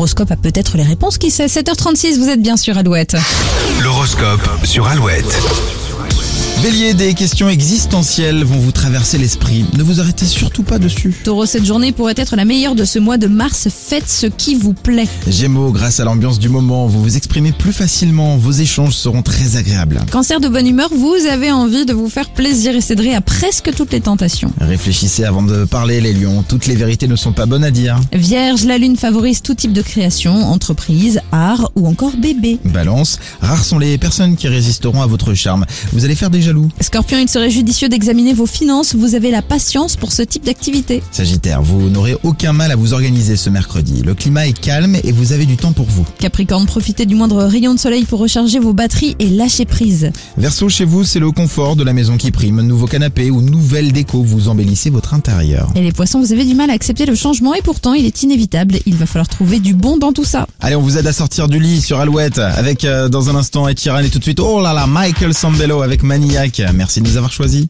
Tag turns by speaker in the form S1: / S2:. S1: Horoscope a peut-être les réponses. Qui sait 7h36, vous êtes bien sur Alouette.
S2: L'horoscope sur Alouette.
S3: Bélier, des questions existentielles vont vous traverser l'esprit. Ne vous arrêtez surtout pas dessus.
S1: Taureau, cette journée pourrait être la meilleure de ce mois de mars. Faites ce qui vous plaît.
S3: Gémeaux, grâce à l'ambiance du moment, vous vous exprimez plus facilement. Vos échanges seront très agréables.
S1: Cancer de bonne humeur, vous avez envie de vous faire plaisir et céderez à presque toutes les tentations.
S3: Réfléchissez avant de parler, les lions. Toutes les vérités ne sont pas bonnes à dire.
S1: Vierge, la lune favorise tout type de création, entreprise, art ou encore bébé.
S3: Balance, rares sont les personnes qui résisteront à votre charme. Vous allez faire des jaloux.
S1: Scorpion, il serait judicieux d'examiner vos finances. Vous avez la patience pour ce type d'activité.
S3: Sagittaire, vous n'aurez aucun mal à vous organiser ce mercredi. Le climat est calme et vous avez du temps pour vous.
S1: Capricorne, profitez du moindre rayon de soleil pour recharger vos batteries et lâcher prise.
S3: Verseau, chez vous, c'est le confort de la maison qui prime. Nouveau canapé ou nouvelle déco, vous embellissez votre intérieur.
S1: Et les poissons, vous avez du mal à accepter le changement et pourtant il est inévitable. Il va falloir trouver du bon dans tout ça.
S3: Allez, on vous aide à sortir du lit sur Alouette avec euh, dans un instant Ed Sheeran et tout de suite, oh là là, Michael Sambello avec Maniac. Merci de nous avoir choisis.